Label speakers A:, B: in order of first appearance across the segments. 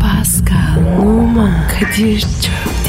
A: Pascal, Oman, Kadir çok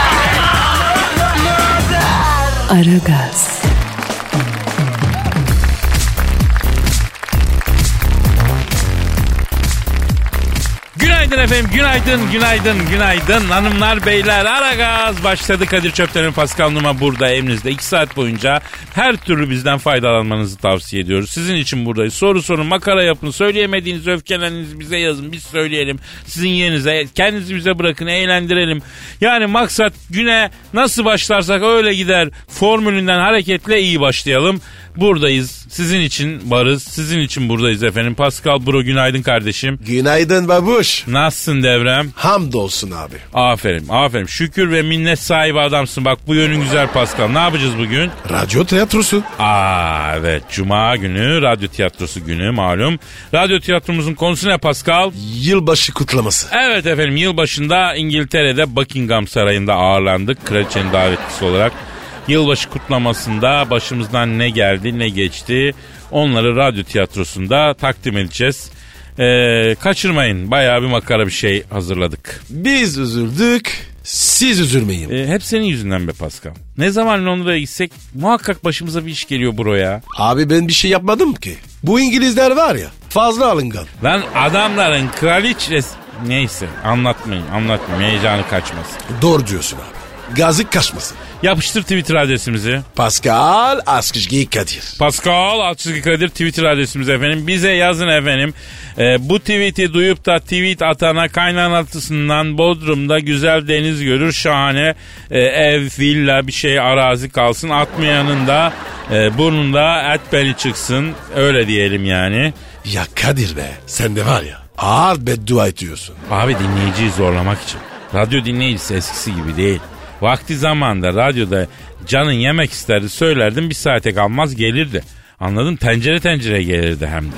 A: Aragaz,
B: Günaydın efendim, günaydın, günaydın, günaydın. Hanımlar, beyler, ara gaz başladı. Kadir Çöpten'in Pascal Numa burada evinizde. 2 saat boyunca her türlü bizden faydalanmanızı tavsiye ediyoruz. Sizin için buradayız. Soru sorun, makara yapın, söyleyemediğiniz öfkelerinizi bize yazın, biz söyleyelim. Sizin yerinize, kendinizi bize bırakın, eğlendirelim. Yani maksat güne nasıl başlarsak öyle gider formülünden hareketle iyi başlayalım. Buradayız, sizin için varız, sizin için buradayız efendim. Pascal Bro günaydın kardeşim.
C: Günaydın babuş.
B: Nasılsın devrem?
C: Hamdolsun abi.
B: Aferin, aferin. Şükür ve minnet sahibi adamsın. Bak bu yönün güzel Pascal. Ne yapacağız bugün?
C: Radyo tiyatrosu.
B: Aa evet, Cuma günü radyo tiyatrosu günü malum. Radyo tiyatromuzun konusu ne Pascal?
C: Yılbaşı kutlaması.
B: Evet efendim, yılbaşında İngiltere'de Buckingham Sarayı'nda ağırlandık. Kraliçenin davetlisi olarak. Yılbaşı kutlamasında başımızdan ne geldi ne geçti onları radyo tiyatrosunda takdim edeceğiz. Ee, kaçırmayın bayağı bir makara bir şey hazırladık.
C: Biz üzüldük. Siz üzülmeyin.
B: E, hep senin yüzünden be Pascal. Ne zaman Londra'ya gitsek muhakkak başımıza bir iş geliyor buraya.
C: Abi ben bir şey yapmadım ki. Bu İngilizler var ya fazla alıngan.
B: Lan adamların kraliçesi... Neyse anlatmayın anlatmayın heyecanı kaçmasın.
C: Doğru diyorsun abi. Gazık kaçmasın.
B: Yapıştır Twitter adresimizi.
C: Pascal Askışgi Kadir.
B: Pascal Altçizgi Kadir Twitter adresimiz efendim. Bize yazın efendim. E, bu tweet'i duyup da tweet atana kaynanatısından Bodrum'da güzel deniz görür. Şahane e, ev, villa bir şey arazi kalsın. Atmayanın da e, burnunda et beli çıksın. Öyle diyelim yani.
C: Ya Kadir be sen de var ya ağır beddua ediyorsun.
B: Abi dinleyiciyi zorlamak için. Radyo dinleyicisi eskisi gibi değil. Vakti zamanda radyoda canın yemek isterdi söylerdim bir saate kalmaz gelirdi. Anladın tencere tencere gelirdi hem de.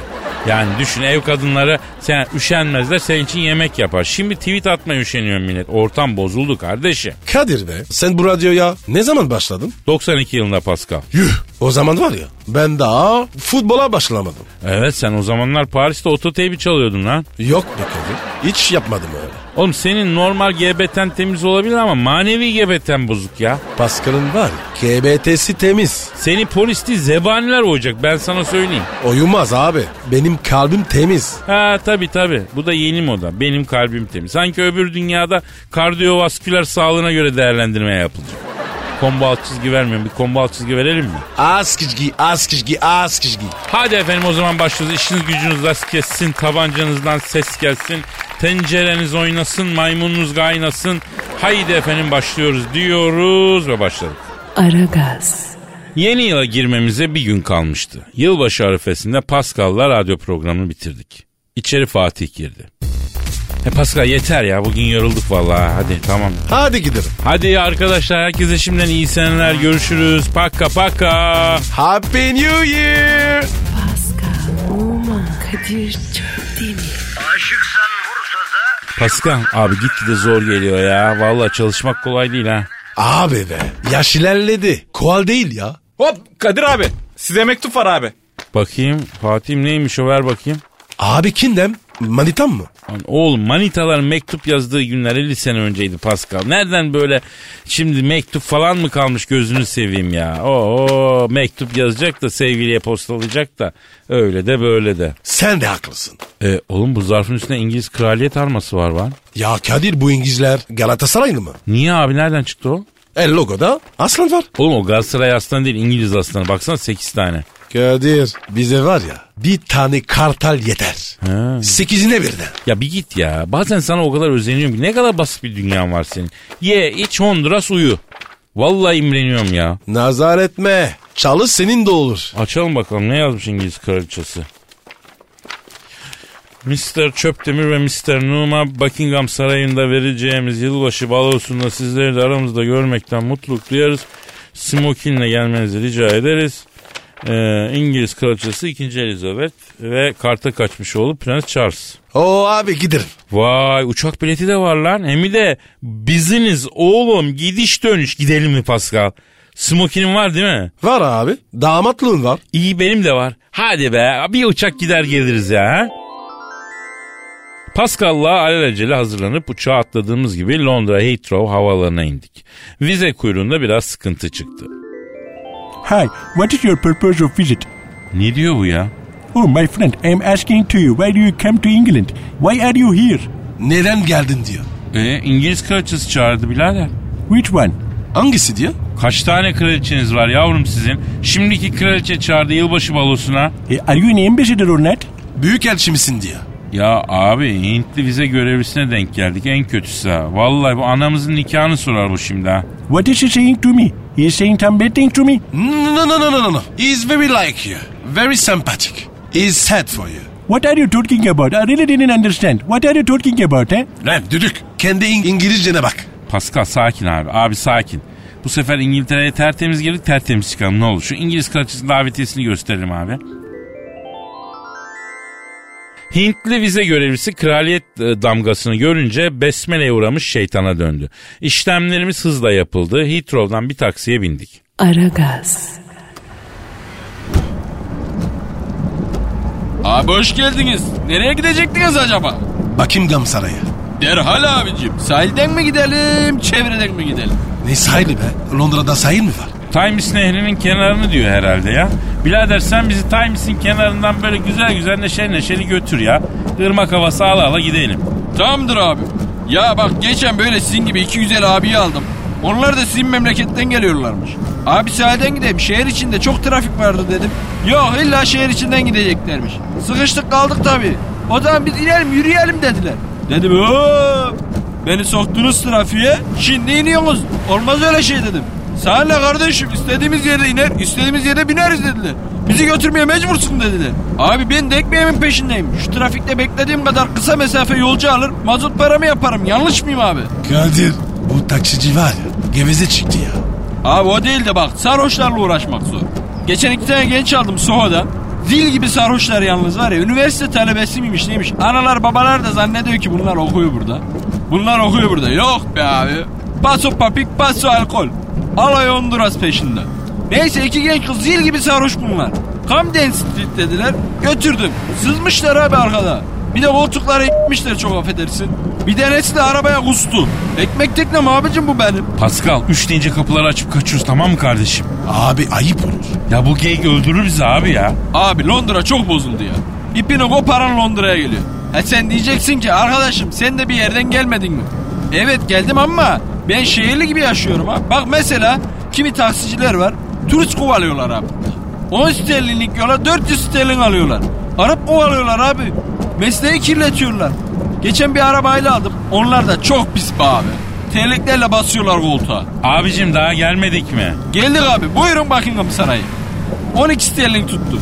B: Yani düşün ev kadınları sen üşenmezler senin için yemek yapar. Şimdi tweet atmaya üşeniyor millet. Ortam bozuldu kardeşim.
C: Kadir be sen bu radyoya ne zaman başladın?
B: 92 yılında Pascal.
C: Yuh o zaman var ya ben daha futbola başlamadım.
B: Evet sen o zamanlar Paris'te ototeybi çalıyordun lan.
C: Yok be Kadir hiç yapmadım öyle.
B: Oğlum senin normal GBT'n temiz olabilir ama manevi GBT'n bozuk ya.
C: Pascal'ın var ya KBT'si temiz.
B: Seni polis değil zebaniler olacak ben sana söyleyeyim.
C: Oyumaz abi benim kalbim temiz.
B: Ha tabi tabi bu da yeni moda benim kalbim temiz. Sanki öbür dünyada kardiyovasküler sağlığına göre değerlendirme yapılacak. Kombo alt çizgi vermiyorum bir kombo alt çizgi verelim mi?
C: Askışgi askışgi askışgi.
B: Hadi efendim o zaman başlıyoruz. İşiniz gücünüz rast kessin, tabancanızdan ses gelsin, tencereniz oynasın, maymununuz kaynasın. Haydi efendim başlıyoruz diyoruz ve başladık.
A: Aragaz,
B: Yeni yıla girmemize bir gün kalmıştı. Yılbaşı arifesinde Pascal'la radyo programını bitirdik. İçeri Fatih girdi. E Pascal yeter ya bugün yorulduk vallahi hadi tamam.
C: Hadi gidelim.
B: Hadi arkadaşlar herkese şimdiden iyi seneler görüşürüz. Pakka pakka.
C: Happy New Year.
A: Pascal, Oman, Kadir çok değil mi?
D: Aşıksan vursa da,
B: Pascal abi gitgide zor geliyor ya. Vallahi çalışmak kolay değil ha.
C: Abi be yaş ilerledi. Koal değil ya.
E: Hop Kadir abi size mektup var abi.
B: Bakayım Fatih'im neymiş o ver bakayım.
C: Abi kindem manitam mı?
B: Lan Oğlum manitaların mektup yazdığı günler 50 sene önceydi Pascal. Nereden böyle şimdi mektup falan mı kalmış gözünü seveyim ya. Oo mektup yazacak da sevgiliye postalayacak da öyle de böyle de.
C: Sen de haklısın.
B: E, oğlum bu zarfın üstüne İngiliz kraliyet arması var var.
C: Ya Kadir bu İngilizler Galatasaraylı mı?
B: Niye abi nereden çıktı o?
C: E logoda aslan var.
B: Oğlum o Galatasaray aslanı değil İngiliz aslanı. Baksana 8 tane.
C: Kadir bize var ya bir tane kartal yeter. Sekizine birden.
B: Ya bir git ya. Bazen sana o kadar özeniyorum ki ne kadar basit bir dünyan var senin. Ye iç Honduras uyu. Vallahi imreniyorum ya.
C: Nazar etme. Çalış senin de olur.
B: Açalım bakalım ne yazmış İngiliz kraliçesi. Mr. Çöptemir ve Mr. Numa Buckingham Sarayı'nda vereceğimiz yılbaşı balosunda sizleri de aramızda görmekten mutluluk duyarız. Smokin'le gelmenizi rica ederiz. Ee, İngiliz kraliçesi 2. Elizabeth ve karta kaçmış oğlu Prens Charles.
C: Oo abi giderim.
B: Vay uçak bileti de var lan. Hem de biziniz oğlum gidiş dönüş gidelim mi Pascal? Smokin'in var değil mi?
C: Var abi. Damatlığın var.
B: İyi benim de var. Hadi be bir uçak gider geliriz ya. ha? Pascal'la alelacele hazırlanıp uçağa atladığımız gibi Londra Heathrow havaalanına indik. Vize kuyruğunda biraz sıkıntı çıktı.
F: Hi, what is your purpose of visit?
B: Ne diyor bu ya?
F: Oh, my friend, I am asking to you, why do you come to England? Why are you here?
C: Neden geldin diyor.
B: E, İngiliz kraliçesi çağırdı birader.
F: Which one?
C: Hangisi diyor?
B: Kaç tane kraliçeniz var yavrum sizin? Şimdiki kraliçe çağırdı yılbaşı balosuna.
F: Eh, are you an ambassador or not?
C: Büyük misin diyor.
B: Ya abi Hintli vize görevlisine denk geldik en kötüsü ha. Vallahi bu anamızın nikahını sorar bu şimdi ha.
F: What is he saying to me? He is saying some bad things to me.
C: No no no no no no. He's very like you. Very sympathetic. He's sad for you.
F: What are you talking about? I really didn't understand. What are you talking about, eh?
C: Lan düdük. Kendi İng- İngilizcene bak.
B: Pascal sakin abi. Abi sakin. Bu sefer İngiltere'ye tertemiz gelip tertemiz çıkalım ne olur. Şu İngiliz kraliçesinin davetiyesini gösterelim abi. Hintli vize görevlisi kraliyet e, damgasını görünce besmeleye uğramış şeytana döndü. İşlemlerimiz hızla yapıldı. Heathrow'dan bir taksiye bindik.
A: Aragaz,
E: Abi hoş geldiniz. Nereye gidecektiniz acaba?
C: Buckingham Sarayı.
E: Derhal abicim. Sahilden mi gidelim, çevreden mi gidelim?
C: Ne sahili be? Londra'da sahil mi var?
B: Times nehrinin kenarını diyor herhalde ya. Birader sen bizi Times'in kenarından böyle güzel güzel neşeli neşeli götür ya. Irmak havası ala ala gidelim.
G: Tamamdır abi. Ya bak geçen böyle sizin gibi iki güzel abiyi aldım. Onlar da sizin memleketten geliyorlarmış. Abi sahilden gidelim şehir içinde çok trafik vardı dedim. Yok illa şehir içinden gideceklermiş. Sıkıştık kaldık tabii. O zaman biz inelim yürüyelim dediler. Dedim "Oo, beni soktunuz trafiğe şimdi iniyorsunuz. Olmaz öyle şey dedim. Senle kardeşim istediğimiz yere iner istediğimiz yere bineriz dediler. Bizi götürmeye mecbursun dediler. Abi ben de ekmeğimin peşindeyim. Şu trafikte beklediğim kadar kısa mesafe yolcu alır mazot paramı yaparım yanlış mıyım abi?
C: Kadir. Bu taksici var ya. Geveze çıktı ya.
G: Abi o değil de bak sarhoşlarla uğraşmak zor. Geçen iki tane genç aldım Soho'dan. Dil gibi sarhoşlar yalnız var ya üniversite talebesi miymiş neymiş. Analar babalar da zannediyor ki bunlar okuyor burada. Bunlar okuyor burada. Yok be abi. Paso papik paso alkol. Alay Honduras peşinden. Neyse iki genç kız zil gibi sarhoş bunlar. Camden Street dediler. Götürdüm. Sızmışlar abi arkada. Bir de koltukları gitmişler çok affedersin. Bir tanesi de arabaya kustu. Ekmek teknem abicim bu benim.
B: Pascal üç deyince kapıları açıp kaçıyoruz tamam mı kardeşim?
C: Abi ayıp olur.
B: Ya bu geyik öldürür bizi abi ya.
G: Abi Londra çok bozuldu ya. İpini koparan Londra'ya geliyor. E sen diyeceksin ki arkadaşım sen de bir yerden gelmedin mi? Evet geldim ama ben şehirli gibi yaşıyorum abi. Bak mesela kimi taksiciler var turist kovalıyorlar abi. 10 sterlinlik yola 400 sterlin alıyorlar. Arap kovalıyorlar abi. Mesleği kirletiyorlar. Geçen bir arabayla aldım. Onlar da çok pis be abi. Terliklerle basıyorlar koltuğa.
B: Abicim daha gelmedik mi?
G: Geldik abi. Buyurun Buckingham Sarayı. 12 sterlin tuttu.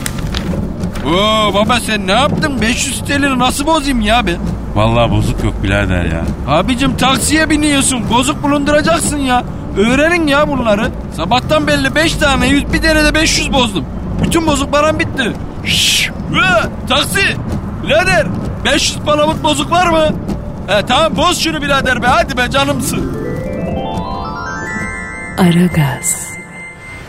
G: Oo baba sen ne yaptın? 500 sterlini nasıl bozayım ya ben?
B: Vallahi bozuk yok birader ya.
G: Abicim taksiye biniyorsun. Bozuk bulunduracaksın ya. Öğrenin ya bunları. Sabahtan belli 5 tane 100 bir tane de 500 bozdum. Bütün bozuk param bitti. Şşş. Ee, taksi. Birader 500 palamut bozuk var mı? He tamam boz şunu birader be hadi be canımsın.
A: Aragaz,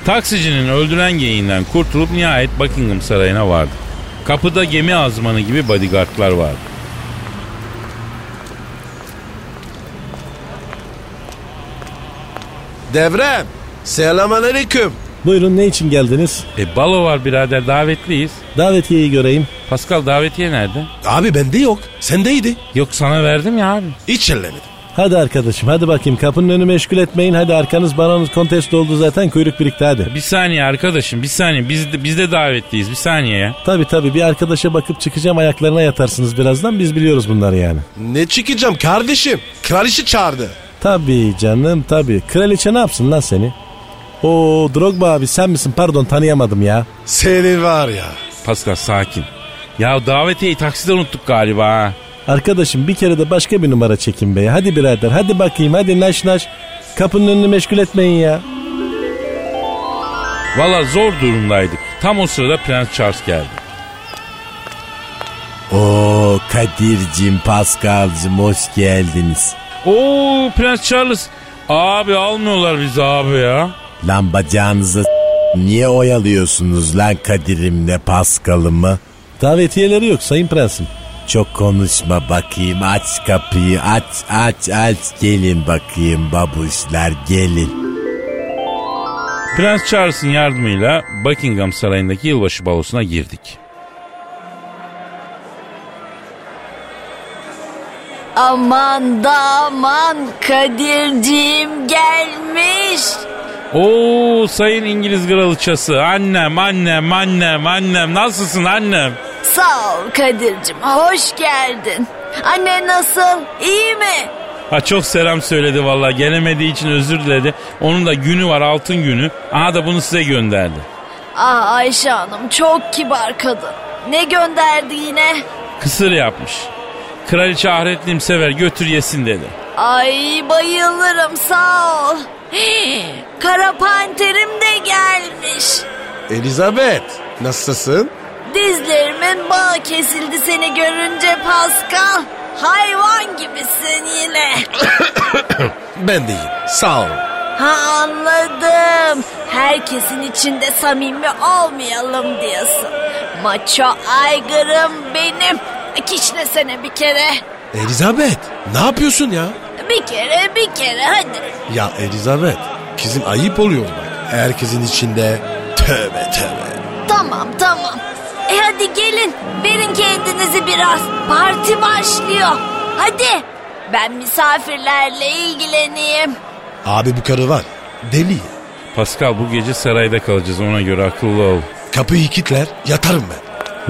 B: Taksicinin öldüren geyiğinden kurtulup nihayet Buckingham Sarayı'na vardık. Kapıda gemi azmanı gibi bodyguardlar vardı.
C: Devrem. Selamun aleyküm.
H: Buyurun ne için geldiniz?
B: E balo var birader davetliyiz.
H: Davetiyeyi göreyim.
B: Pascal davetiye nerede?
C: Abi bende yok. Sendeydi.
B: Yok sana verdim ya abi.
C: Hiç ellemedim.
H: Hadi arkadaşım hadi bakayım kapının önü meşgul etmeyin. Hadi arkanız baronuz kontesto oldu zaten kuyruk birikti hadi.
B: Bir saniye arkadaşım bir saniye biz de, biz de davetliyiz bir saniye ya.
H: Tabi tabi bir arkadaşa bakıp çıkacağım ayaklarına yatarsınız birazdan biz biliyoruz bunları yani.
C: Ne çıkacağım kardeşim? Kraliçe çağırdı.
H: Tabi canım tabi kraliçe ne yapsın lan seni? Oo Drogba abi sen misin pardon tanıyamadım ya.
C: Seni var ya.
B: Pascal sakin. Ya davetiyeyi takside unuttuk galiba ha.
H: Arkadaşım bir kere de başka bir numara çekin be. Hadi birader hadi bakayım hadi naş naş. Kapının önünü meşgul etmeyin ya.
B: Valla zor durumdaydık. Tam o sırada Prens Charles geldi.
I: O Kadir'cim, Pascal'cim hoş geldiniz.
B: Oo Prens Charles. Abi almıyorlar bizi abi ya.
I: Lan bacağınızı s- niye oyalıyorsunuz lan Kadir'imle Pascal'ımı?
H: Davetiyeleri yok sayın prensim.
I: Çok konuşma bakayım aç kapıyı aç aç aç gelin bakayım babuşlar gelin.
B: Prens Charles'ın yardımıyla Buckingham Sarayı'ndaki yılbaşı balosuna girdik.
J: Aman da aman Kadir'ciğim gelmiş.
B: Oo sayın İngiliz kraliçası annem annem annem annem nasılsın annem?
J: Sağ ol Kadir'cim hoş geldin. Anne nasıl iyi mi?
B: Ha çok selam söyledi valla gelemediği için özür diledi. Onun da günü var altın günü. Aha da bunu size gönderdi.
J: Aa Ah Ayşe Hanım çok kibar kadın. Ne gönderdi yine?
B: Kısır yapmış. Kraliçe ahretlim sever götür yesin dedi.
J: Ay bayılırım sağ ol. Hii, Kara panterim de gelmiş.
C: Elizabeth nasılsın?
J: Dizlerimin bağı kesildi seni görünce Pascal. Hayvan gibisin yine.
C: Ben de iyiyim. Sağ ol.
J: Ha anladım. Herkesin içinde samimi olmayalım diyorsun. Maço aygırım benim. Kişnesene bir kere.
C: Elizabeth ne yapıyorsun ya?
J: Bir kere bir kere hadi.
C: Ya Elizabeth kızım ayıp oluyor bak. Herkesin içinde tövbe tövbe.
J: Tamam tamam. E hadi gelin. Verin kendinizi biraz. Parti başlıyor. Hadi. Ben misafirlerle ilgileneyim.
C: Abi bu karı var. Deli.
B: Pascal bu gece sarayda kalacağız ona göre akıllı ol.
C: Kapıyı kilitler yatarım ben.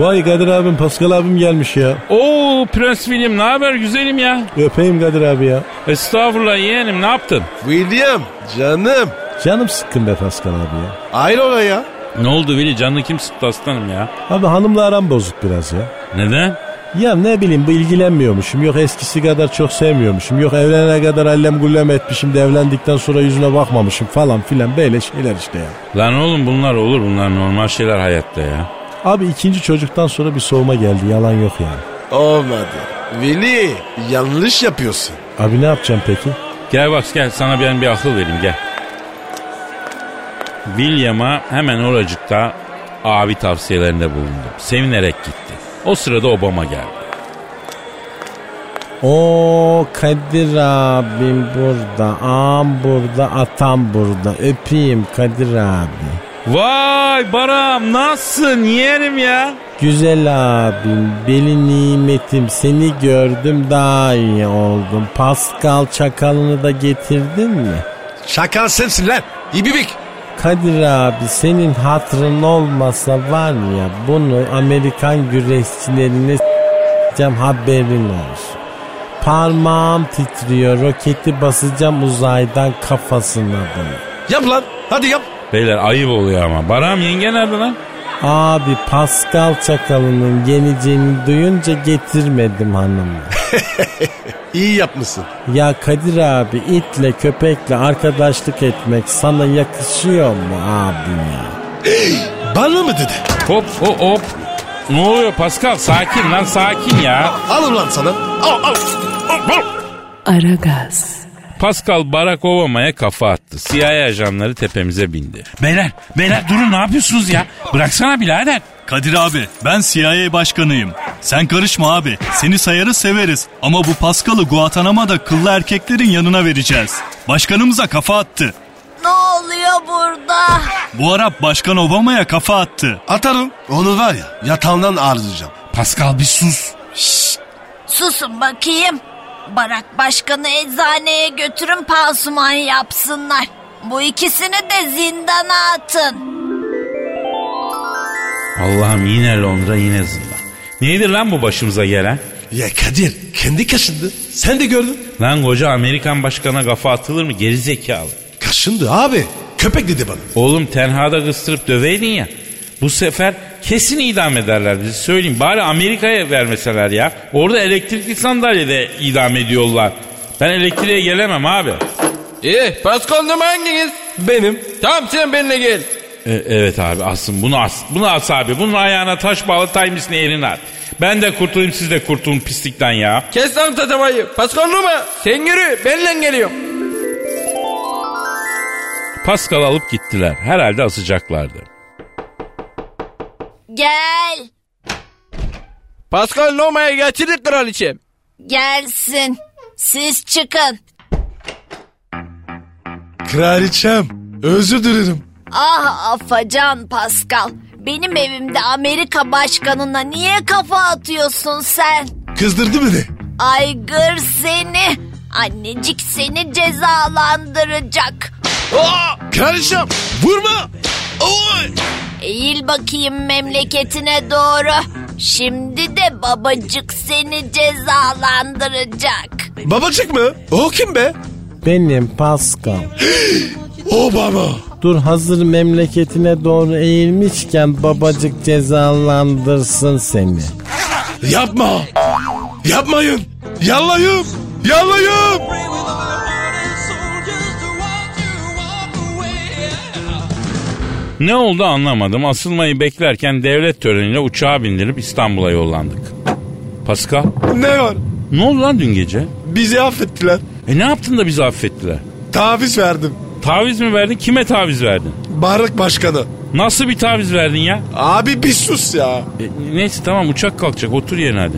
H: Vay Kadir abim Pascal abim gelmiş ya.
B: Oo Prens William ne haber güzelim ya?
H: Öpeyim Kadir abi ya.
B: Estağfurullah yeğenim ne yaptın?
C: William canım.
H: Canım sıkkın be Pascal abi ya.
C: Ayrı ya.
B: Ne oldu Veli canını kim sıktı aslanım ya?
H: Abi hanımla aram bozuk biraz ya.
B: Neden?
H: Ya ne bileyim bu ilgilenmiyormuşum. Yok eskisi kadar çok sevmiyormuşum. Yok evlenene kadar allem gullem etmişim de evlendikten sonra yüzüne bakmamışım falan filan böyle şeyler işte ya.
B: Lan oğlum bunlar olur bunlar normal şeyler hayatta ya.
H: Abi ikinci çocuktan sonra bir soğuma geldi yalan yok yani.
C: Olmadı. Veli yanlış yapıyorsun.
H: Abi ne yapacağım peki?
B: Gel bak gel sana ben bir akıl vereyim gel. William'a hemen oracıkta abi tavsiyelerinde bulundum. Sevinerek gitti. O sırada Obama geldi.
H: O Kadir abim burada, am burada, atam burada. Öpeyim Kadir abi.
B: Vay Baram nasılsın yeğenim ya?
H: Güzel abim, beli nimetim seni gördüm daha iyi oldum. Pascal çakalını da getirdin mi?
C: Şakal sensin lan. İbibik.
H: Kadir abi senin hatrın olmasa var ya bunu Amerikan güreşçilerine s**eceğim haberin olsun. Parmağım titriyor roketi basacağım uzaydan kafasına bunu.
C: Yap lan. Hadi yap.
B: Beyler ayıp oluyor ama. Baram yenge nerede lan?
H: Abi Pascal Çakalı'nın geleceğini duyunca getirmedim hanımı.
C: İyi yapmışsın.
H: Ya Kadir abi itle köpekle arkadaşlık etmek sana yakışıyor mu abim ya?
C: Bana mı dedi?
B: Hop hop hop. Ne oluyor Pascal? Sakin lan sakin ya.
C: Alın lan sana. Al al.
A: Aragaz,
B: Pascal Barack Obama'ya kafa attı. CIA ajanları tepemize bindi. Beyler, beyler durun ne yapıyorsunuz ya? Bıraksana birader.
K: Kadir abi ben CIA başkanıyım. Sen karışma abi. Seni sayarız severiz. Ama bu Paskal'ı Guantanamo'da kıllı erkeklerin yanına vereceğiz. Başkanımıza kafa attı.
J: Ne oluyor burada?
K: Bu Arap Başkan Obama'ya kafa attı.
C: Atarım. Onu var ya yatağından ağrızacağım.
B: Pascal bir sus.
J: Susun bakayım. Barak başkanı eczaneye götürün pansuman yapsınlar. Bu ikisini de zindana atın.
B: Allah'ım yine Londra yine zindan. Nedir lan bu başımıza gelen?
C: Ya Kadir kendi kaşındı. Sen de gördün.
B: Lan koca Amerikan başkana kafa atılır mı gerizekalı?
C: Kaşındı abi. Köpek dedi bana.
B: Oğlum tenhada kıstırıp döveydin ya. Bu sefer Kesin idam ederler bizi söyleyeyim. Bari Amerika'ya vermeseler ya. Orada elektrikli sandalyede idam ediyorlar. Ben elektriğe gelemem abi.
E: İyi Paskal'da mı hanginiz? Benim. Tamam sen benimle gel.
B: E, evet abi asın bunu as. Bunu as abi. Bunun ayağına taş bağla timisini eline at. Ben de kurtulayım siz de kurtulun pislikten ya.
E: Kes lan tatavayı. Paskal'da mı? Sen yürü benimle geliyorum.
B: Pascal alıp gittiler. Herhalde asacaklardı.
J: Gel.
E: Pascal Noma'ya getirdik kraliçem.
J: Gelsin. Siz çıkın.
C: Kraliçem özür dilerim.
J: Ah afacan Pascal. Benim evimde Amerika başkanına niye kafa atıyorsun sen?
C: Kızdırdı beni.
J: Aygır seni. Annecik seni cezalandıracak.
C: Aa, kraliçem vurma.
J: Eğil bakayım memleketine doğru. Şimdi de babacık seni cezalandıracak.
C: Babacık mı? O kim be?
I: Benim Pascal.
C: Obama.
I: Dur hazır memleketine doğru eğilmişken babacık cezalandırsın seni.
C: Yapma. Yapmayın. Yallayım. Yallayım.
B: Ne oldu anlamadım. Asılmayı beklerken devlet töreniyle uçağa bindirip İstanbul'a yollandık. Pascal,
C: Ne var?
B: ne oldu lan dün gece?
C: Bizi affettiler.
B: E ne yaptın da bizi affettiler?
C: Taviz verdim.
B: Taviz mi verdin? Kime taviz verdin?
C: Barlık başkanı.
B: Nasıl bir taviz verdin ya?
C: Abi bir sus ya.
B: E, neyse tamam uçak kalkacak otur yerine hadi.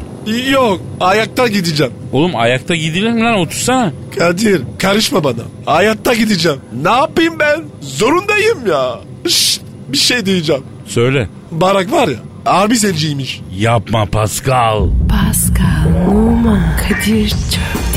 C: Yok ayakta gideceğim.
B: Oğlum ayakta gidilir mi lan otursana.
C: Kadir karışma bana. Hayatta gideceğim. Ne yapayım ben? Zorundayım ya. Şşt, bir şey diyeceğim.
B: Söyle.
C: Barak var ya. Abi zenciymiş.
B: Yapma Pascal.
A: Pascal, Oman, Kadir çok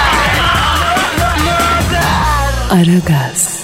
A: Aragaz.